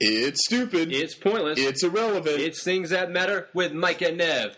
It's stupid. It's pointless. It's irrelevant. It's things that matter with Mike and Nev.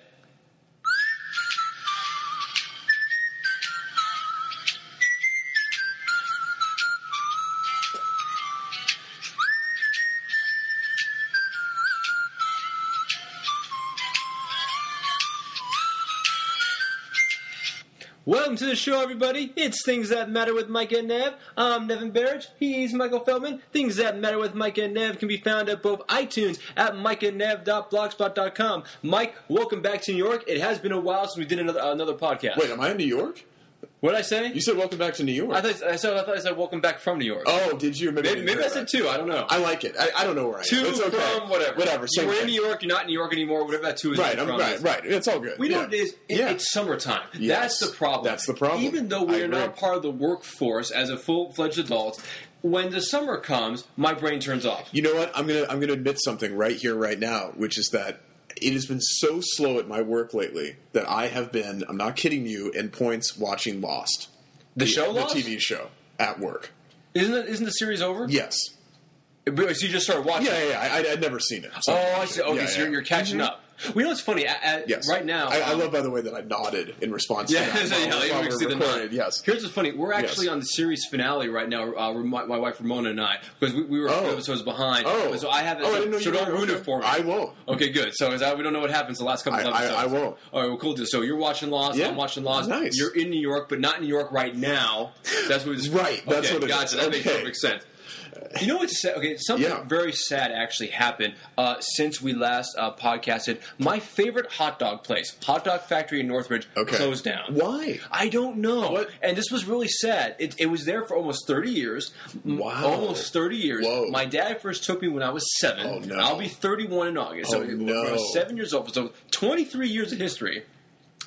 Welcome to the show, everybody. It's Things That Matter with Mike and Nev. I'm Nevin Barrage. He's Michael Feldman. Things That Matter with Mike and Nev can be found at both iTunes at mikeandnev.blogspot.com. Mike, welcome back to New York. It has been a while since we did another another podcast. Wait, am I in New York? what did I say? You said welcome back to New York. I thought I, said, I thought I said welcome back from New York. oh, did you? Maybe, maybe maybe I said two. I don't know. I like it. I, I don't know where I two am. It's okay. from whatever. Whatever. You Same were in thing. New York. You're not in New York anymore. Whatever that two is. Right, from I'm, right, is. right. It's all good. We yeah. know what it is. It, Yeah. It's summertime. Yes. That's the problem. That's the problem. Even though I we're not agree. part of the workforce as a full fledged adult, when the summer comes, my brain turns off. You know what? I'm gonna I'm gonna admit something right here, right now, which is that it has been so slow at my work lately that I have been I'm not kidding you in points watching Lost, The show lost? the TV show at work. Isn't it, isn't the series over? Yes. But- So you just started watching. Yeah, yeah, yeah. I, I- I'd never seen it. so- Oh, I see. Okay, Yeah, yeah. so Mm-hmm. you're, you're catching up. We know it's funny. At, at- Yes. Right now, I, I um, love, by the way, that I nodded in response Yeah, to that. so, yeah, while- you while can we're see the recorded, nod. Yes. Here's what's funny. We're Yes. actually on the series finale right now. Uh, we're- my, my wife Ramona and I, because we, we were a few Oh. episodes behind. Oh. so I haven't. Oh, I so didn't know so you don't were- ruin okay. it for me. I won't. Okay, good. So as I, we don't know what happens the last couple I- of I- episodes. I won't. All right, well, cool. dude. So you're watching Lost. Yeah. I'm watching Lost. Nice. You're in New York, but not in New York right now. That's what. It's, Right, that's okay, what it gotcha. is. That makes Okay. perfect sense. You know what's sad? Okay, something Yeah. very sad actually happened uh, since we last uh, podcasted. My favorite hot dog place, Hot Dog Factory in Northridge, Okay. closed down. Why? I don't know. What? And this was really sad. It, it was there for almost 30 years. M- Wow. Almost 30 years. Whoa. My dad first took me when I was seven. Oh, no. I'll be 31 in August. so Oh, it- no. when I was seven years old. So 23 years of history.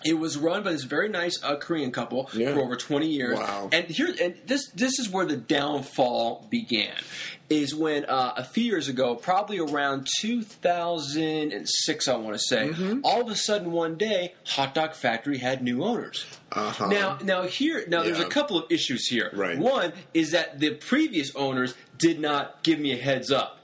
It was run by this very nice uh, Korean couple Yeah. for over 20 years. Wow. And here and this this is where the downfall began. Is when uh, a few years ago, probably around 2006, I want to say, Mm-hmm. all of a sudden one day, Hot Dog Factory had new owners. Uh-huh. Now, now here, now there's a Yeah. couple of issues here. Right. One is that the previous owners did not give me a heads up.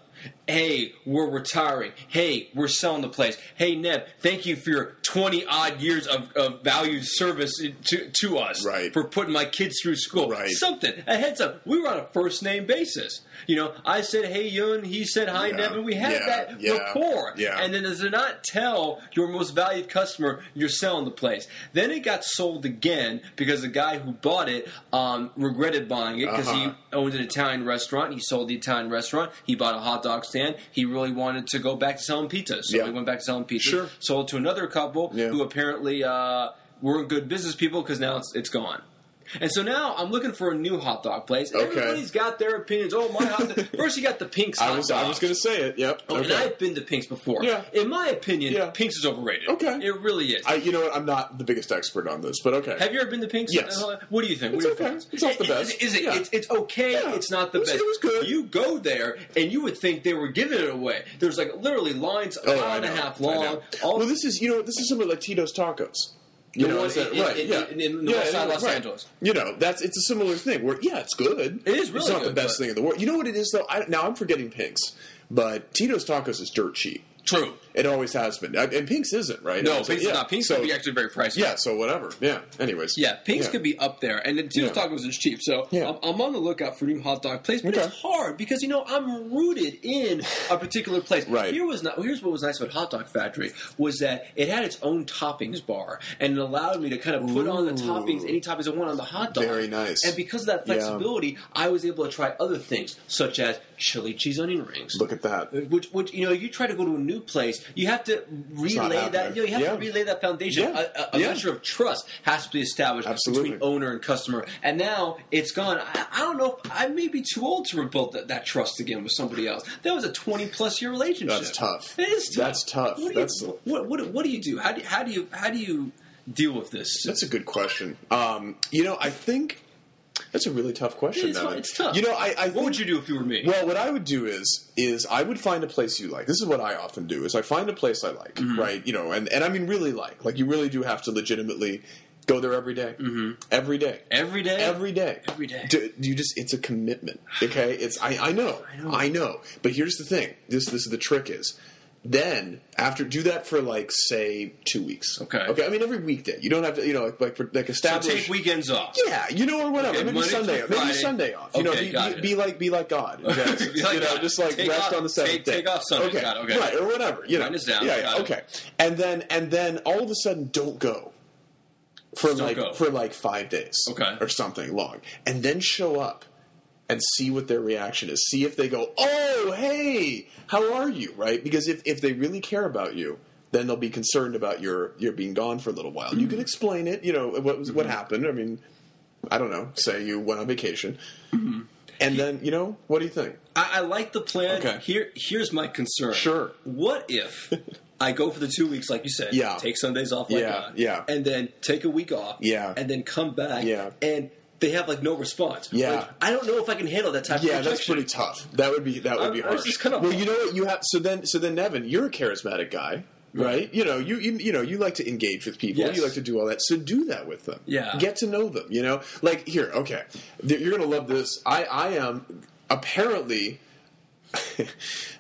Hey, we're retiring. Hey, we're selling the place. Hey, Neb, thank you for your 20 odd years of, of valued service to, to us Right. for putting my kids through school. Right. Something, a heads up. We were on a first name basis. You know, I said, hey, Yun, he said, hi, Yeah. Neb, and we had Yeah. that Yeah. rapport. Yeah. And then does it not tell your most valued customer you're selling the place? Then it got sold again because the guy who bought it um, regretted buying it because Uh-huh. he owned an Italian restaurant. He sold the Italian restaurant. He bought a hot dog stand. He really wanted to go back to selling pizzas, so Yeah. he went back to selling pizzas. Sure. Sold to another couple Yeah. who apparently uh, weren't good business people because now it's, it's gone. And so now I'm looking for a new hot dog place. And Okay. Everybody's got their opinions. Oh my hot dog! First, you got the Pink's. I hot was I dogs. was going to say it. Yep. uh, Oh, And Okay. I've been to Pink's before. Yeah. In my opinion, Yeah. Pink's is overrated. Okay. It really is. I, you know what? I'm not the biggest expert on this, but okay. have you ever been to Pink's? Yes. Uh, What do you think? It's What are your okay. thoughts? It's not the Is- best. Is, it? Yeah. It's, it's okay. Yeah. It's not the It was- best. it was good. You go there and you would think they were giving it away. There's like literally lines a Oh, I mile and a know. half I know. long. All well, this is you know this is some of Latinos tacos. You The know, one is that- in- right? in- yeah, in- in the west side of Los Angeles. You know, that's it's a similar thing. Where yeah, it's good. It is really It's not the good, best but- thing in the world. You know what it is though? I, now I'm forgetting Pink's, but Tito's Tacos is dirt cheap. true. It always has been, I- and Pink's isn't right. No, And so, Pink's yeah. is not. Pink's so, could be actually very pricey. Yeah, so whatever. Yeah. Anyways. Yeah, Pink's could be up there, and then Tito's Yeah. Tacos is cheap, so Yeah. I'm, I'm on the lookout for new hot dog place. But Okay. it's hard because you know I'm rooted in a particular place. Right. Here was not, here's what was nice about Hot Dog Factory was that it had its own toppings bar, and it allowed me to kind of put on the Ooh. toppings any toppings I want on the hot dog. Very nice. And because of that Yeah. flexibility, I was able to try other things such as chili cheese onion rings. Look at that. Which, which you know, you try to go to a new place, you have to relay that. happening. You, know, you have to Yeah. relay that foundation. Yeah. A, a, a Yeah. measure of trust has to be established Absolutely. between owner and customer. And now it's gone. I, I don't know. if I may be too old to rebuild that, that trust again with somebody else. That was a twenty-plus year relationship. That's tough. It is tough. That's tough. What do That's- you, what, what, what do you do? How do how do you how do you deal with this? That's a good question. Um, you know, I think that's a really tough question. It's- Nevin. it's tough. You know, I, I what would you do if you were me? Well, what I would do is is I would find a place you like. This is what I often Mm-hmm. do: is I find a place I like, right? You know, and and I mean really like. Like you really do have to legitimately Go there every day. Mm-hmm. Every day. Every day. Every day. Every day. Do, do you just it's a commitment. Okay? It's I, I know. I know. But here's the thing. This this is the trick is then after do that for like say two weeks. Okay. Okay. I mean every weekday. You don't have to you know like like, like so establish take weekends off. yeah, you know, or whatever. Okay, maybe Monday Sunday, through maybe Friday. Sunday off. You know, Okay, be, got be, it. be like be like God. in Genesis. Be like you know, God. just like Take rest off- on the seventh take- day. take off Sunday. Okay, Got it, okay. right or whatever. You know, Write this down. Yeah, Got yeah it. okay. And then and then all of a sudden, don't go for Just don't like go. for like five days, Okay. or something long, and then show up. And see what their reaction is. See if they go, "Oh, hey, how are you?" Right? Because if, if they really care about you, then they'll be concerned about your your being gone for a little while. You can explain it. You know what was what happened. I mean, I don't know, say you went on vacation. And then, you know, what do you think? I, I like the plan. Okay. Here, here's my concern. Sure. What if I go for the two weeks, like you said? Yeah. Take Sundays off, like Yeah, God, yeah. and then take a week off, Yeah. and then come back, Yeah. and they have like no response. Yeah. Like, I don't know if I can handle that type. Yeah, of that's rejection. pretty tough. That would be that would I- be I was hard. just kinda- well, you know what you have so then so then Nevin, you're a charismatic guy, right? You know, you, you you know, you like to engage with people. Yes. You like to do all that. So do that with them. Yeah. Get to know them, you know? Like here, okay. Th- You're going to love this. I I am apparently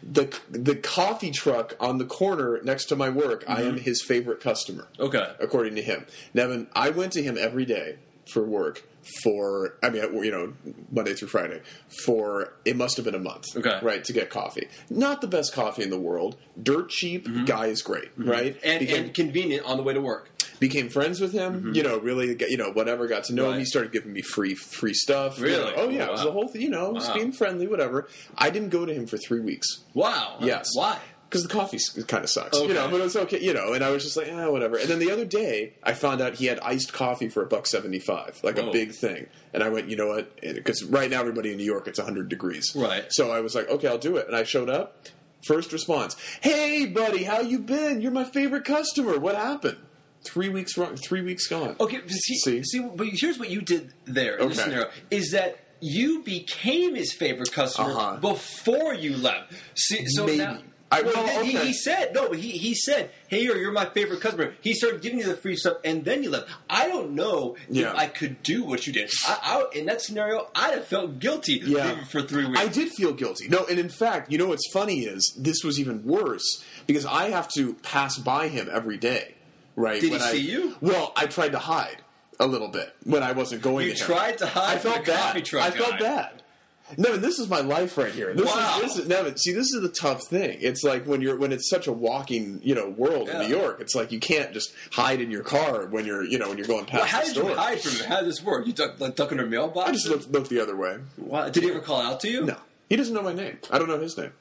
the the coffee truck on the corner next to my work. I am his favorite customer. Mm-hmm. Okay. according to him. Nevin, I went to him every day for work for I mean you know Monday through Friday for it must have been a month Okay. right to get coffee not the best coffee in the world dirt cheap guy is great right Mm-hmm. And, Became- and convenient on the way to work. became friends with him. You know, really, got- you know, whatever. Got to know him. Right. He started giving me free free stuff. you Really? know. oh yeah, Oh, it was wow. the whole thing. You know, just Wow. being friendly, whatever. I didn't go to him for three weeks. Wow. Yes. Why? Because the coffee kind of sucks, Okay. you know. But it was okay, you know. And I was just like, ah, whatever. And then the other day, I found out he had iced coffee for a buck seventy-five, like Whoa. a big thing. And I went, you know what? Because right now, everybody in New York, it's hundred degrees. Right. So I was like, okay, I'll do it. And I showed up. First response: Hey, buddy, how you been? You're my favorite customer. What happened? Three weeks wrong. Three weeks gone. Okay. See, see. See? But here's what you did there in this Okay. scenario is that. You became his favorite customer Uh-huh. before you left. See, so Maybe. now, I- well, well, he- he, okay. he said no. but He he said, "Hey, you're, you're my favorite customer." He started giving you the free stuff, and then you left. I don't know Yeah. if I could do what you did. I, I, in that scenario, I'd have felt guilty Yeah. leaving for three weeks. I did feel guilty. No, and in fact, you know what's funny is this was even worse because I have to pass by him every day. Right? Did he I, see you? Well, I tried to hide a little bit when I wasn't going. You to him. tried to hide I felt from the coffee bad. truck I felt guy. bad. Nevin, this is my life right here. This Wow. is this is Nevin. See, this is the tough thing. It's like when you're when it's such a walking you know world Yeah. in New York. It's like you can't just hide in your car when you're you know when you're going past. Well, how the did store. you hide from him? How did this work? You duck, like, duck in her mailbox? I just looked looked the other way. Wow. Did he ever call out to you? No, he doesn't know my name. I don't know his name.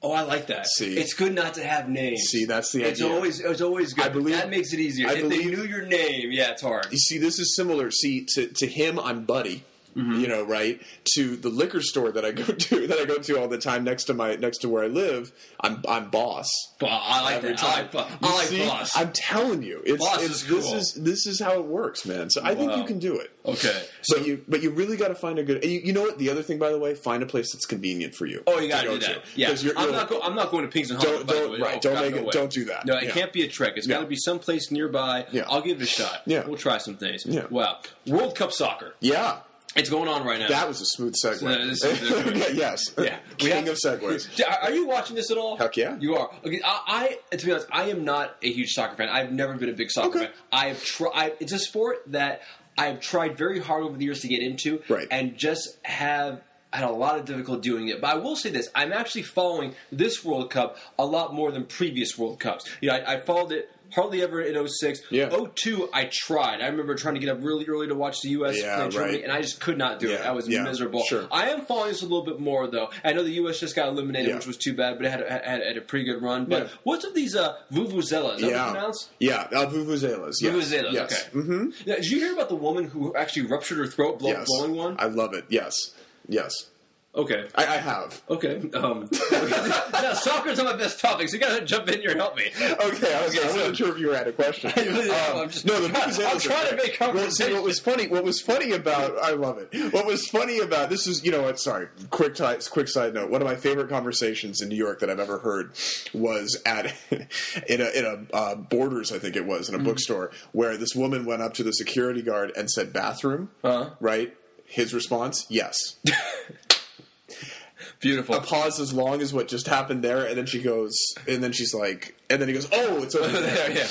Oh, I like that. See? it's good not to have names. See, that's the it's idea. always it's always good. I believe- that makes it easier. I if they believe- knew your name, yeah, it's hard. you see, this is similar. See, to, to him, I'm buddy. Mm-hmm. You know, right? To the liquor store that I go to, that I go to all the time next to my next to where I live, I'm I'm boss. Well, I like Every that. I time, like, bu- You I like see? boss. I'm telling you, it's, Boss it's- is cool. this is this is how it works, man. So I think Wow. Oh, you can do it. okay. But you, but you really got to find a good. And you, you know what? The other thing, by the way, find a place that's convenient for you. Oh, you gotta to do go that. to. Yeah, 'Cause you're- I'm you're- not. Go, I'm not going to Pings and Hollow. Don't- by the don't- way. right, Oh, don't God, make no it- way. don't do that. No, it Yeah. can't be a trek. It's got to Yeah. be someplace nearby. Yeah. I'll give it a shot. Yeah. we'll try some things. Yeah. Wow, World Cup soccer. yeah, It's going on right now. that was a smooth segue. No, this is- this is- Okay, yes, Yeah, We king have- of segues. D- Are you watching this at all? Heck yeah. you are. Okay, I, I to be honest, I am not a huge soccer fan. I've never been a big soccer Okay. fan. I've tried. It's a sport that I've tried very hard over the years to get into, Right. And just have had a lot of difficulty doing it. But I will say this: I'm actually following this World Cup a lot more than previous World Cups. You know, I, I followed it. Hardly ever in 06. Yeah. 02, I tried. I remember trying to get up really early to watch the U.S. Yeah, play Germany, right. and I just could not do it. Yeah, I was yeah, miserable. sure. I am following this a little bit more though. I know the U.S. just got eliminated, Yeah. which was too bad, but it had, had, had a pretty good run. But Yeah. what's with these uh, vuvuzelas? Is that what you pronounce? yeah, uh, vuvuzelas. Yes. Vuvuzelas. Yes. Okay. Mm-hmm. Now, did you hear about the woman who actually ruptured her throat blow, yes. blowing one? I love it. Yes. Yes. Okay. I, I have. Okay. Um, now, soccer's on my best topic, so you gotta jump in here and help me. Okay, I, was, Okay, I wasn't so- sure if you were at a question. Um, No, I'm just- no, the book is I'm Amazon. trying to make Well, see, what was funny? What was funny about? I love it. What was funny about this is you know what? Sorry, quick ti quick side note. One of my favorite conversations in New York that I've ever heard was at in a in a uh, Borders, I think it was, in Mm-hmm. a bookstore where this woman went up to the security guard and said "bathroom," Uh-huh. right? His response, yes. Beautiful. A pause as long as what just happened there, and then she goes, and then she's like, and then he goes, "Oh, it's over there." there, yeah.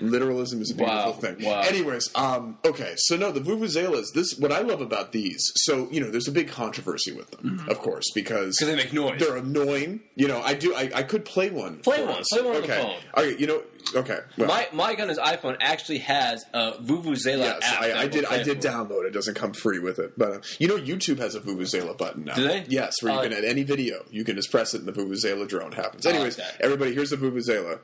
Literalism is a beautiful Wow, thing. wow. Anyways, um, okay, so no, the vuvuzelas. This what I love about these. So you know, there's a big controversy with them, Mm-hmm. of course, because 'Cause they make noise. They're annoying. You know, I do. I, I could play one. Play for one, us. play one on the okay. phone. Okay. You know. Okay. Well, My my gunner's iPhone actually has a Vuvuzela yes, app. I, that I will did. play I it did for you. download. It doesn't come free with it, but uh, you know, YouTube has a vuvuzela button now. Do they? Yes, where you Uh, Oh, can add any video. You can just press it, and the vuvuzela drone happens. I like Anyways, that. everybody, here's the vuvuzela.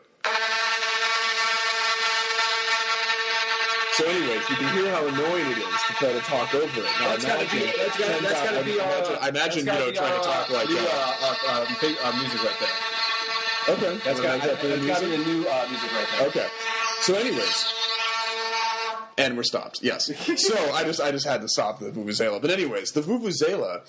So, anyways, you can hear how annoying it is to try to talk over it. Now, That's gotta be. imagine- That's gotta, that's I gotta be. imagine- Our, I imagine you that's know gotta be trying to our, talk like new, that. uh, uh, um, big, uh, music right there. Okay, That's Well, got is that for the that's gotta be music? the new uh, music right there. Okay. So, anyways, and we're stopped. Yes. So I just I just had to stop the vuvuzela. But anyways, the vuvuzela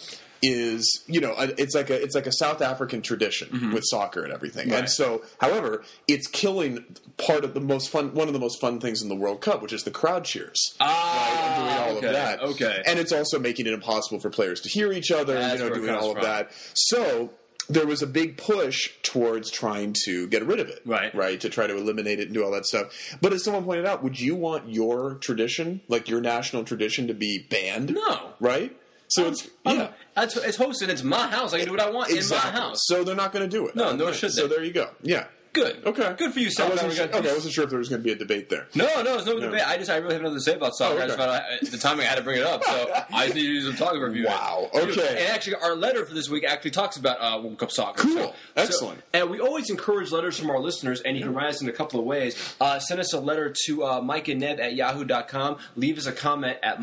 is you know a- it's like a it's like a South African tradition with soccer and everything. Mm-hmm. Right. And so, however, it's killing part of the most fun one of the most fun things in the World Cup, which is the crowd cheers. Ah, doing all okay, of that. Okay. And it's also making it impossible for players to hear each other, That's you know, where it doing comes all of from. that. So there was a big push towards trying to get rid of it. Right. Right. To try to eliminate it and do all that stuff. But as someone pointed out, would you want your tradition, like your national tradition, to be banned? No. Right? So it's I'm- yeah. That's it's hosted. It's my house. I can do what I want Exactly. in my house. So they're not going to do it. No, nor should So they. there you go. Yeah. Good. Okay. Good for you, South I wasn't Africa. sure- okay, I wasn't sure if there was going to be a debate there. No, no, there's no debate. I just I really have nothing to say about soccer. Oh, okay. I just found out uh, the timing I had to bring it up, so I just need to do some talking review. Wow, okay. And actually, our letter for this week actually talks about uh, World Cup soccer. Cool. So- Excellent. so- and we always encourage letters from our listeners, and you can write us in a couple of ways. Uh, send us a letter to uh, Mike and Nev at yahoo.com. Leave us a comment at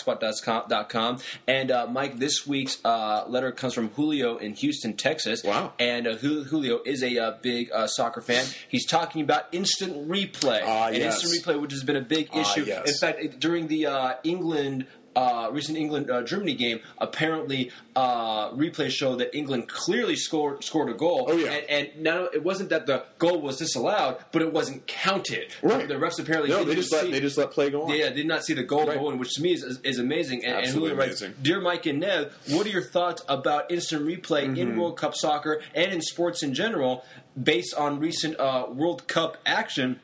mikeandnev.blogspot.com. And uh, Mike, this week's uh, letter comes from Julio in Houston, Texas. Wow. And uh, Jul- Julio is a uh, big uh, soccer fan. He's talking about instant replay Ah, and yes. instant replay, which has been a big Ah, issue. yes. In fact, it- during the uh, England. Uh, recent England uh, Germany game. Apparently, uh, replay showed that England clearly scored scored a goal. Oh, yeah. and, and now it wasn't that the goal was disallowed, but it wasn't counted. Right. The refs apparently No, didn't they just see- let they just let play go on. yeah, did not see the goal Right. going, which to me is, is, is amazing. And, and Absolutely Julio writes, amazing. "Dear Mike and Nev, what are your thoughts about instant replay Mm-hmm. in World Cup soccer and in sports in general, based on recent uh, World Cup action?"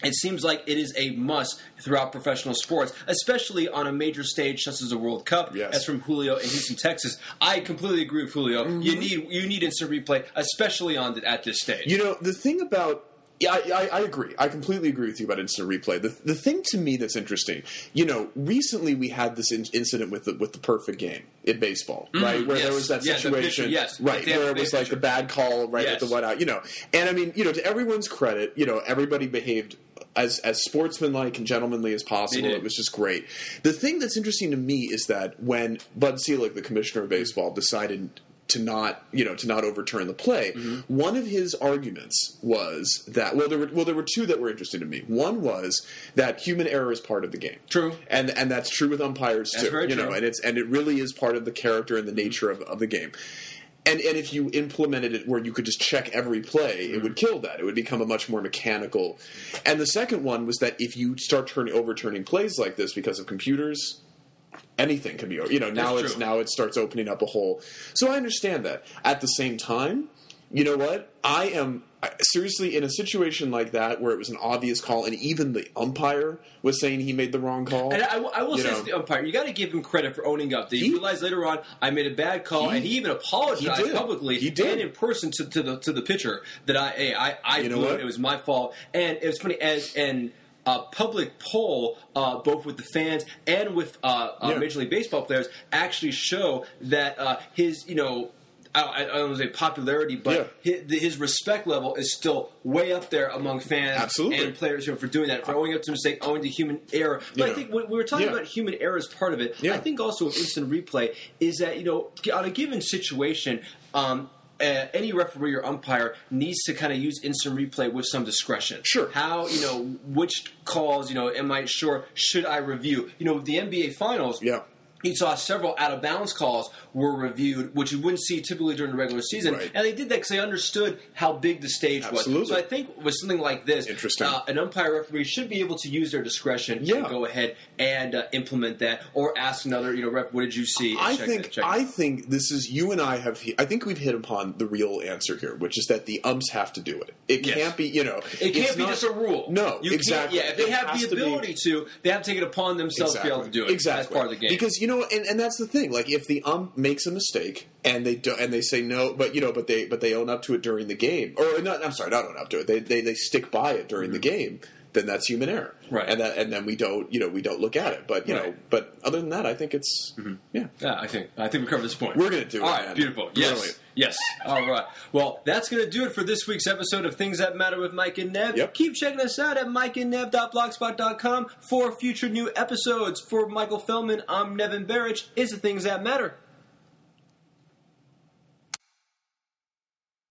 It seems like it is a must throughout professional sports, especially on a major stage such as the World Cup. Yes. That's from Julio in Houston, Texas. I completely agree with Julio. You Mm-hmm. need you need instant replay, especially on th- at this stage. You know, the thing about yeah, I, I, I agree. I completely agree with you about instant replay. The, the thing to me that's interesting, you know, recently we had this in- incident with the, with the perfect game in baseball, right? Where there Mm-hmm. yes. was that Yeah, the situation, pitcher, yes. right? The- where it the was like the pitcher. bad call, right, Yes. with the whiteout, uh, you know. And I mean, you know, to everyone's credit, you know, everybody behaved as as sportsmanlike and gentlemanly as possible. did. It was just great. The thing that's interesting to me is that when Bud Selig, the commissioner of baseball, decided to not, you know, to not overturn the play, Mm-hmm. one of his arguments was that well, there were well, there were two that were interesting to me. One was that human error is part of the game. True. and and that's true with umpires That's too. very you know, true. and it's and it really is part of the character and the nature of, of the game. And and if you implemented it where you could just check every play, Mm-hmm. it would kill that. It would become a much more mechanical. And the second one was that if you start turning overturning plays like this because of computers, anything can be over. You know, now That's it's true. now it starts opening up a hole. So I understand that. At the same time, you know what? I am I- seriously in a situation like that where it was an obvious call, and even the umpire was saying he made the wrong call. And I, will- I will You say know. to the umpire, you got to give him credit for owning up. That he, realized later on, I made a bad call, He- and he even apologized he did. publicly He did. and in person to, to the to the pitcher that I hey, I I You know blew what? it. It was my fault. And it was funny as and. A public poll, uh, both with the fans and with uh, uh, Yeah. Major League Baseball players, actually show that uh, his, you know, I don't, I don't want to say popularity, but his, his respect level is still way up there among fans Absolutely. and players here for doing that, for owning up to mistake, owning to human error. But I Yeah. think when we were talking Yeah. about human error as part of it, Yeah. I think also with instant replay is that, you know, on a given situation, um, uh, any referee or umpire needs to kind of use instant replay with some discretion. Sure. How, you know, which calls, you know, am I sure, should I review? You know, with the NBA Finals, Yeah. you saw several out of bounds calls were reviewed, which you wouldn't see typically during the regular season. Right. And they did that because they understood how big the stage was. Absolutely. So I think with something like this, Interesting. uh, an umpire referee should be able to use their discretion Yeah. and go ahead and uh, implement that or ask another, you know, ref, what did you see? And I check think that, check I that. think this is you and I have. I think we've hit upon the real answer here, which is that the umps have to do it. It Yes. can't be you know. It it's can't be not- just a rule. No, You can't- exactly. Yeah, if they It have has the to be- ability to, they have to take it upon themselves to be able to do it. Exactly. That's part of the game. Because you know, and, and that's the thing. Like if the ump makes a mistake and they do, and they say no, but you know, but they but they own up to it during the game, or not, I'm sorry, not own up to it. They they, they stick by it during the game. Then that's human error, Mm-hmm. Right. And that and then we don't you know we don't look at it. But you know, Right. Mm-hmm. but other than that, I think it's yeah. Yeah, I think I think we covered this point. We're gonna do it, All right, man. beautiful. Yes, Brilliant. yes. All right. Well, that's gonna do it for this week's episode of Things That Matter with Mike and Nev. Yep. Keep checking us out at mikeandnev.blogspot.com for future new episodes. For Michael Feldman, I'm Nevin Barrich. Is the Things That Matter.